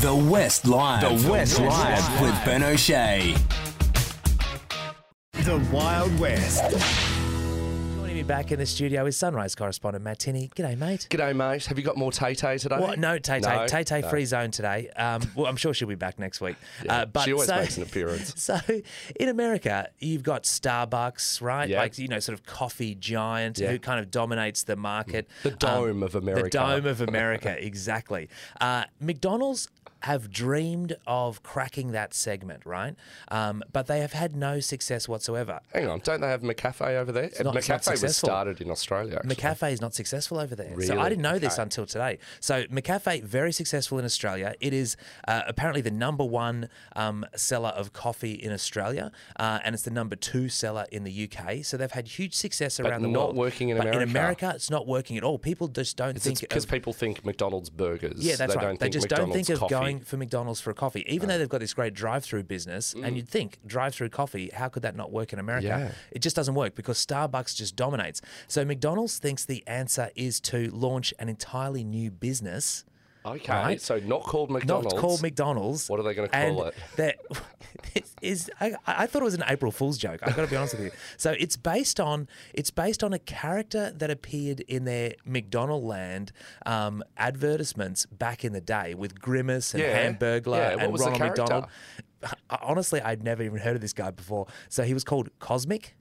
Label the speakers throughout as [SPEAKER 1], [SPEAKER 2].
[SPEAKER 1] The West Live.
[SPEAKER 2] The West Live.
[SPEAKER 1] with Ben O'Shea.
[SPEAKER 3] The Wild West.
[SPEAKER 4] Joining me back in the studio is Sunrise correspondent Matt Tinney. G'day, mate.
[SPEAKER 2] G'day, mate. Have you got more Tay Tay today?
[SPEAKER 4] What? No, Tay Tay.
[SPEAKER 2] No,
[SPEAKER 4] Tay Tay
[SPEAKER 2] no.
[SPEAKER 4] free zone today. Um, well, I'm sure she'll be back next week. Uh,
[SPEAKER 2] Yeah, she always
[SPEAKER 4] so-
[SPEAKER 2] makes an appearance.
[SPEAKER 4] So in America, you've got Starbucks, right?
[SPEAKER 2] Yeah.
[SPEAKER 4] Like, you know, sort of coffee giant
[SPEAKER 2] Yeah. Mm.
[SPEAKER 4] who kind of dominates the market. Um,
[SPEAKER 2] The dome of America.
[SPEAKER 4] The dome of America, exactly. Uh, McDonald's have dreamed of cracking that segment, right? Um, but they have had no success whatsoever.
[SPEAKER 2] Hang on, don't they have McCafe over there?
[SPEAKER 4] not- it's not
[SPEAKER 2] McCafe was
[SPEAKER 4] successful.
[SPEAKER 2] started in Australia. Actually.
[SPEAKER 4] McCafe is not successful over there. So
[SPEAKER 2] Really?
[SPEAKER 4] I didn't know this
[SPEAKER 2] Okay.
[SPEAKER 4] until today. So McCafe very successful in Australia. It is uh, apparently the number one um, seller of coffee in Australia, uh, and it's the number two seller in the UK. So they've had huge success around the
[SPEAKER 2] not
[SPEAKER 4] world.
[SPEAKER 2] working in
[SPEAKER 4] but
[SPEAKER 2] America.
[SPEAKER 4] in America, it's not working at all. People just don't think
[SPEAKER 2] because
[SPEAKER 4] of-
[SPEAKER 2] people think McDonald's burgers.
[SPEAKER 4] yeah, that's
[SPEAKER 2] they
[SPEAKER 4] right.
[SPEAKER 2] Don't
[SPEAKER 4] they
[SPEAKER 2] think
[SPEAKER 4] just
[SPEAKER 2] McDonald's
[SPEAKER 4] don't think of
[SPEAKER 2] coffee.
[SPEAKER 4] going for McDonald's for a coffee, even though they've got this great drive-through business. And you'd think drive-through coffee, how could that not work in America?
[SPEAKER 2] Mm. Yeah.
[SPEAKER 4] It just doesn't work because Starbucks just dominates. So McDonald's thinks the answer is to launch an entirely new business.
[SPEAKER 2] Okay,
[SPEAKER 4] right?
[SPEAKER 2] so not called McDonald's.
[SPEAKER 4] Not called McDonald's.
[SPEAKER 2] What are they gonna
[SPEAKER 4] and
[SPEAKER 2] call it?
[SPEAKER 4] That this is. I, I thought it was an April Fool's joke. I've got to be honest with you. So it's based on it's based on a character that appeared in their McDonald Land um, advertisements back in the day with Grimace and
[SPEAKER 2] Yeah.
[SPEAKER 4] Hamburglar
[SPEAKER 2] Yeah, what
[SPEAKER 4] and
[SPEAKER 2] was the
[SPEAKER 4] Ronald
[SPEAKER 2] character?
[SPEAKER 4] McDonald. Honestly, I'd never even heard of this guy before. So he was called Cosmic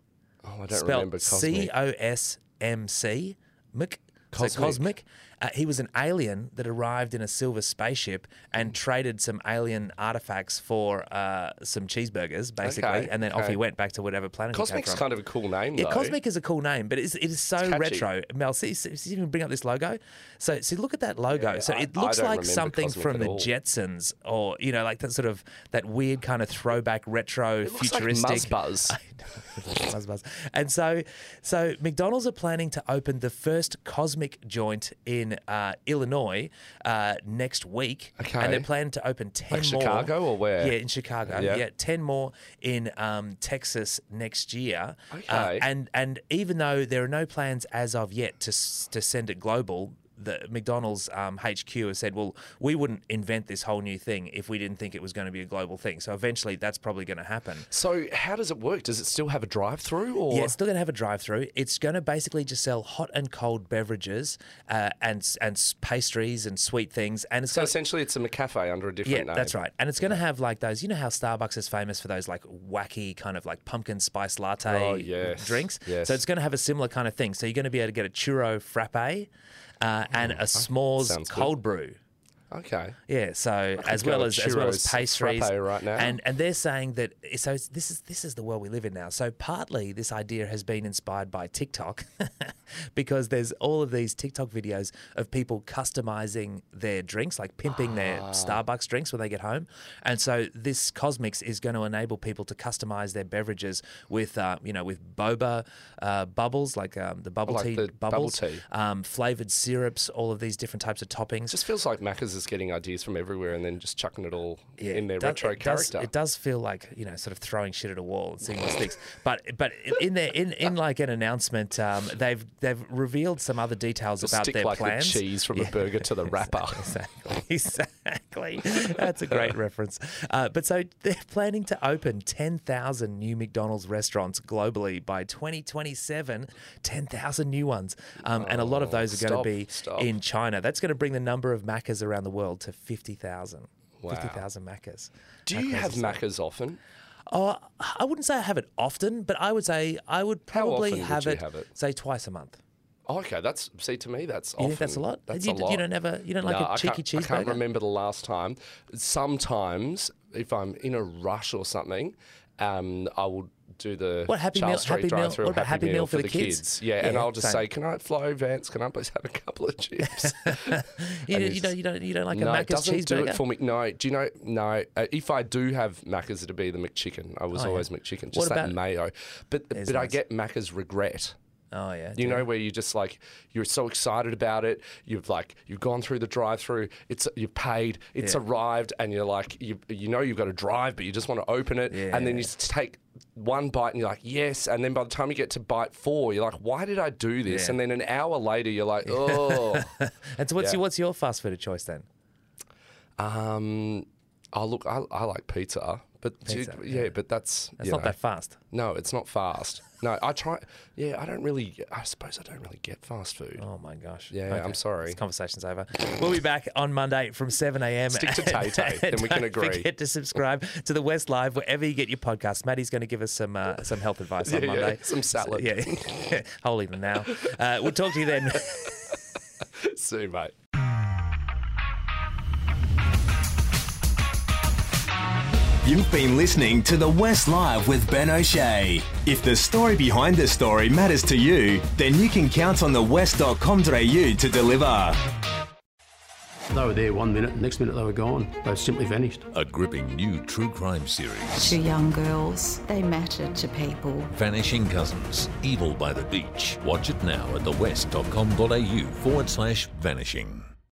[SPEAKER 2] Oh, I don't remember.
[SPEAKER 4] spelled
[SPEAKER 2] Cosmic.
[SPEAKER 4] C O S M C, Mick.
[SPEAKER 2] Cosmic.
[SPEAKER 4] Cosmic. So cosmic. Uh, he was an alien that arrived in a silver spaceship and traded some alien artifacts for uh, some cheeseburgers, basically,
[SPEAKER 2] Okay,
[SPEAKER 4] and then off
[SPEAKER 2] okay.
[SPEAKER 4] he went back to whatever planet.
[SPEAKER 2] Cosmic's
[SPEAKER 4] he came from.
[SPEAKER 2] kind of a cool name,
[SPEAKER 4] Yeah,
[SPEAKER 2] though.
[SPEAKER 4] Cosmic is a cool name, but it's, it is so
[SPEAKER 2] catchy.
[SPEAKER 4] retro. Mel, see, see, see if you can bring up this logo. So, see, look at that logo. so
[SPEAKER 2] I-
[SPEAKER 4] it
[SPEAKER 2] I
[SPEAKER 4] looks
[SPEAKER 2] don't
[SPEAKER 4] like
[SPEAKER 2] remember
[SPEAKER 4] something
[SPEAKER 2] Cosmic
[SPEAKER 4] from
[SPEAKER 2] at
[SPEAKER 4] the
[SPEAKER 2] all.
[SPEAKER 4] Jetsons, or you know, like that sort of that weird kind of throwback retro
[SPEAKER 2] It looks like
[SPEAKER 4] futuristic.
[SPEAKER 2] Muzzbuzz.
[SPEAKER 4] Buzz, buzz. And so, so McDonald's are planning to open the first Cosmic joint in uh, Illinois uh, next week,
[SPEAKER 2] Okay.
[SPEAKER 4] and they're planning to open ten
[SPEAKER 2] Like
[SPEAKER 4] more.
[SPEAKER 2] Chicago or where?
[SPEAKER 4] Yeah, in Chicago.
[SPEAKER 2] Yeah.
[SPEAKER 4] Yeah, ten more in um, Texas next year. Uh,
[SPEAKER 2] Okay.
[SPEAKER 4] and and even though there are no plans as of yet to s- to send it global. The McDonald's um, HQ has said, "Well, we wouldn't invent this whole new thing if we didn't think it was going to be a global thing." So eventually, that's probably going to happen.
[SPEAKER 2] So how does it work? Does it still have a drive-through, or
[SPEAKER 4] Yeah, it's still going to have a drive-through. It's going to basically just sell hot and cold beverages uh, and s- and s- pastries and sweet things. And it's
[SPEAKER 2] so
[SPEAKER 4] gonna-
[SPEAKER 2] essentially it's a McCafe under a different
[SPEAKER 4] yeah,
[SPEAKER 2] name?
[SPEAKER 4] that's right. And it's going to have like those. You know how Starbucks is famous for those like wacky kind of like pumpkin spice latte
[SPEAKER 2] Oh, yes.
[SPEAKER 4] drinks.
[SPEAKER 2] Yes.
[SPEAKER 4] So it's going to have a similar kind of thing. So you're going to be able to get a churro frappe uh, and a s'mores
[SPEAKER 2] Mm-hmm. sounds good.
[SPEAKER 4] cold brew.
[SPEAKER 2] Okay.
[SPEAKER 4] Yeah, so as
[SPEAKER 2] go
[SPEAKER 4] well
[SPEAKER 2] to
[SPEAKER 4] as as well as
[SPEAKER 2] churros
[SPEAKER 4] pastries,
[SPEAKER 2] frappe right now.
[SPEAKER 4] and and they're saying that so it's- this is this is the world we live in now. So partly this idea has been inspired by TikTok, because there's all of these TikTok videos of people customizing their drinks, like pimping their
[SPEAKER 2] Ah.
[SPEAKER 4] Starbucks drinks when they get home, and so this Cosmix is going to enable people to customize their beverages with uh, you know with boba uh, bubbles, like um, the bubble
[SPEAKER 2] Like
[SPEAKER 4] tea
[SPEAKER 2] the bubble
[SPEAKER 4] bubbles,
[SPEAKER 2] tea.
[SPEAKER 4] Um, flavored syrups, all of these different types of toppings.
[SPEAKER 2] It just feels like Macca's is getting ideas from everywhere and then just chucking it all
[SPEAKER 4] Yeah,
[SPEAKER 2] in their
[SPEAKER 4] it does-
[SPEAKER 2] retro
[SPEAKER 4] it does-
[SPEAKER 2] character.
[SPEAKER 4] it does feel like you know, sort of throwing shit at a wall and seeing what sticks. But but in there, in, in like an announcement, um, they've they've revealed some other details
[SPEAKER 2] Just
[SPEAKER 4] about
[SPEAKER 2] stick
[SPEAKER 4] their
[SPEAKER 2] like
[SPEAKER 4] plans.
[SPEAKER 2] the cheese from a
[SPEAKER 4] Yeah.
[SPEAKER 2] burger to the wrapper.
[SPEAKER 4] Exactly. Exactly. That's a great reference. Uh, but so they're planning to open 10,000 new McDonald's restaurants globally by 2027. 10,000 new ones. Um, and a lot of those are
[SPEAKER 2] Oh, stop,
[SPEAKER 4] going to be
[SPEAKER 2] stop.
[SPEAKER 4] in China. That's going to bring the number of Maccas around the world to 50,000.
[SPEAKER 2] Wow.
[SPEAKER 4] 50,000 Maccas.
[SPEAKER 2] Do
[SPEAKER 4] How
[SPEAKER 2] you
[SPEAKER 4] crazy
[SPEAKER 2] have
[SPEAKER 4] is that?
[SPEAKER 2] Macca's often?
[SPEAKER 4] Oh, I wouldn't say I have it often, but I would say I would probably
[SPEAKER 2] often would
[SPEAKER 4] have,
[SPEAKER 2] you
[SPEAKER 4] it,
[SPEAKER 2] have it?
[SPEAKER 4] say twice a month.
[SPEAKER 2] Oh, okay, that's see to me that's
[SPEAKER 4] You
[SPEAKER 2] often.
[SPEAKER 4] think that's a lot?
[SPEAKER 2] That's a
[SPEAKER 4] you,
[SPEAKER 2] lot.
[SPEAKER 4] You don't ever, you don't like
[SPEAKER 2] No,
[SPEAKER 4] a
[SPEAKER 2] I
[SPEAKER 4] cheeky
[SPEAKER 2] can't-
[SPEAKER 4] cheeseburger?
[SPEAKER 2] I can't remember the last time. Sometimes, if I'm in a rush or something, um, I will do the
[SPEAKER 4] What, Happy
[SPEAKER 2] Charles
[SPEAKER 4] Meal-
[SPEAKER 2] Street
[SPEAKER 4] Happy Meal-
[SPEAKER 2] drive-through
[SPEAKER 4] what about Happy Meal for the kids?
[SPEAKER 2] Yeah, and
[SPEAKER 4] Yeah,
[SPEAKER 2] I'll just
[SPEAKER 4] same.
[SPEAKER 2] say, "Can I flow, Vance? Can I please have a couple of chips?"
[SPEAKER 4] You,
[SPEAKER 2] And
[SPEAKER 4] don't- you
[SPEAKER 2] it's-
[SPEAKER 4] don't, you don't, you don't like
[SPEAKER 2] no,
[SPEAKER 4] a
[SPEAKER 2] it
[SPEAKER 4] Macca's
[SPEAKER 2] doesn't
[SPEAKER 4] cheeseburger.
[SPEAKER 2] do it for me. No, do you know? No, uh, if I do have Macca's, it'd be the McChicken. I was
[SPEAKER 4] Oh, yeah.
[SPEAKER 2] always McChicken, just
[SPEAKER 4] What
[SPEAKER 2] that
[SPEAKER 4] about-
[SPEAKER 2] mayo. But but I
[SPEAKER 4] nice.
[SPEAKER 2] get Macca's regret.
[SPEAKER 4] Oh yeah,
[SPEAKER 2] You
[SPEAKER 4] do.
[SPEAKER 2] know, where you just like you're so excited about it. You've like you've gone through the drive-through. It's you've paid. It's
[SPEAKER 4] Yeah.
[SPEAKER 2] arrived, and you're like you you know you've got to drive, but you just want to open it, and then you just take one bite, and you're like yes, and then by the time you get to bite four, you're like why did I do this?
[SPEAKER 4] Yeah.
[SPEAKER 2] And then an hour later, you're like oh.
[SPEAKER 4] And so what's
[SPEAKER 2] Yeah.
[SPEAKER 4] your what's your fast food choice then?
[SPEAKER 2] Um, oh look, I, I like pizza, but
[SPEAKER 4] Pizza,
[SPEAKER 2] dude, yeah, but that's
[SPEAKER 4] It's
[SPEAKER 2] you
[SPEAKER 4] not
[SPEAKER 2] know,
[SPEAKER 4] that fast.
[SPEAKER 2] No, it's not fast. No, I try. Yeah, I don't really. I suppose I don't really get fast food.
[SPEAKER 4] Oh my gosh.
[SPEAKER 2] Yeah, I'm sorry.
[SPEAKER 4] This conversation's over. We'll be back on Monday from 7 a.m.
[SPEAKER 2] Stick to Tay Tay, then we can
[SPEAKER 4] Don't
[SPEAKER 2] agree.
[SPEAKER 4] Forget to subscribe to the West Live wherever you get your podcasts. Maddie's going to give us some uh, some health advice on
[SPEAKER 2] Yeah, yeah,
[SPEAKER 4] Monday.
[SPEAKER 2] some salad.
[SPEAKER 4] yeah, holy now. Uh, we'll talk to you then.
[SPEAKER 2] See, you, mate.
[SPEAKER 1] You've been listening to The West Live with Ben O'Shea. If the story behind the story matters to you, then you can count on thewest.com.au to deliver.
[SPEAKER 3] They were there one minute, next minute they were gone. They simply vanished.
[SPEAKER 5] A gripping new true crime series.
[SPEAKER 6] Two young girls, they matter to people.
[SPEAKER 5] Vanishing Cousins, Evil by the Beach. Watch it now at thewest.com.au forward slash vanishing.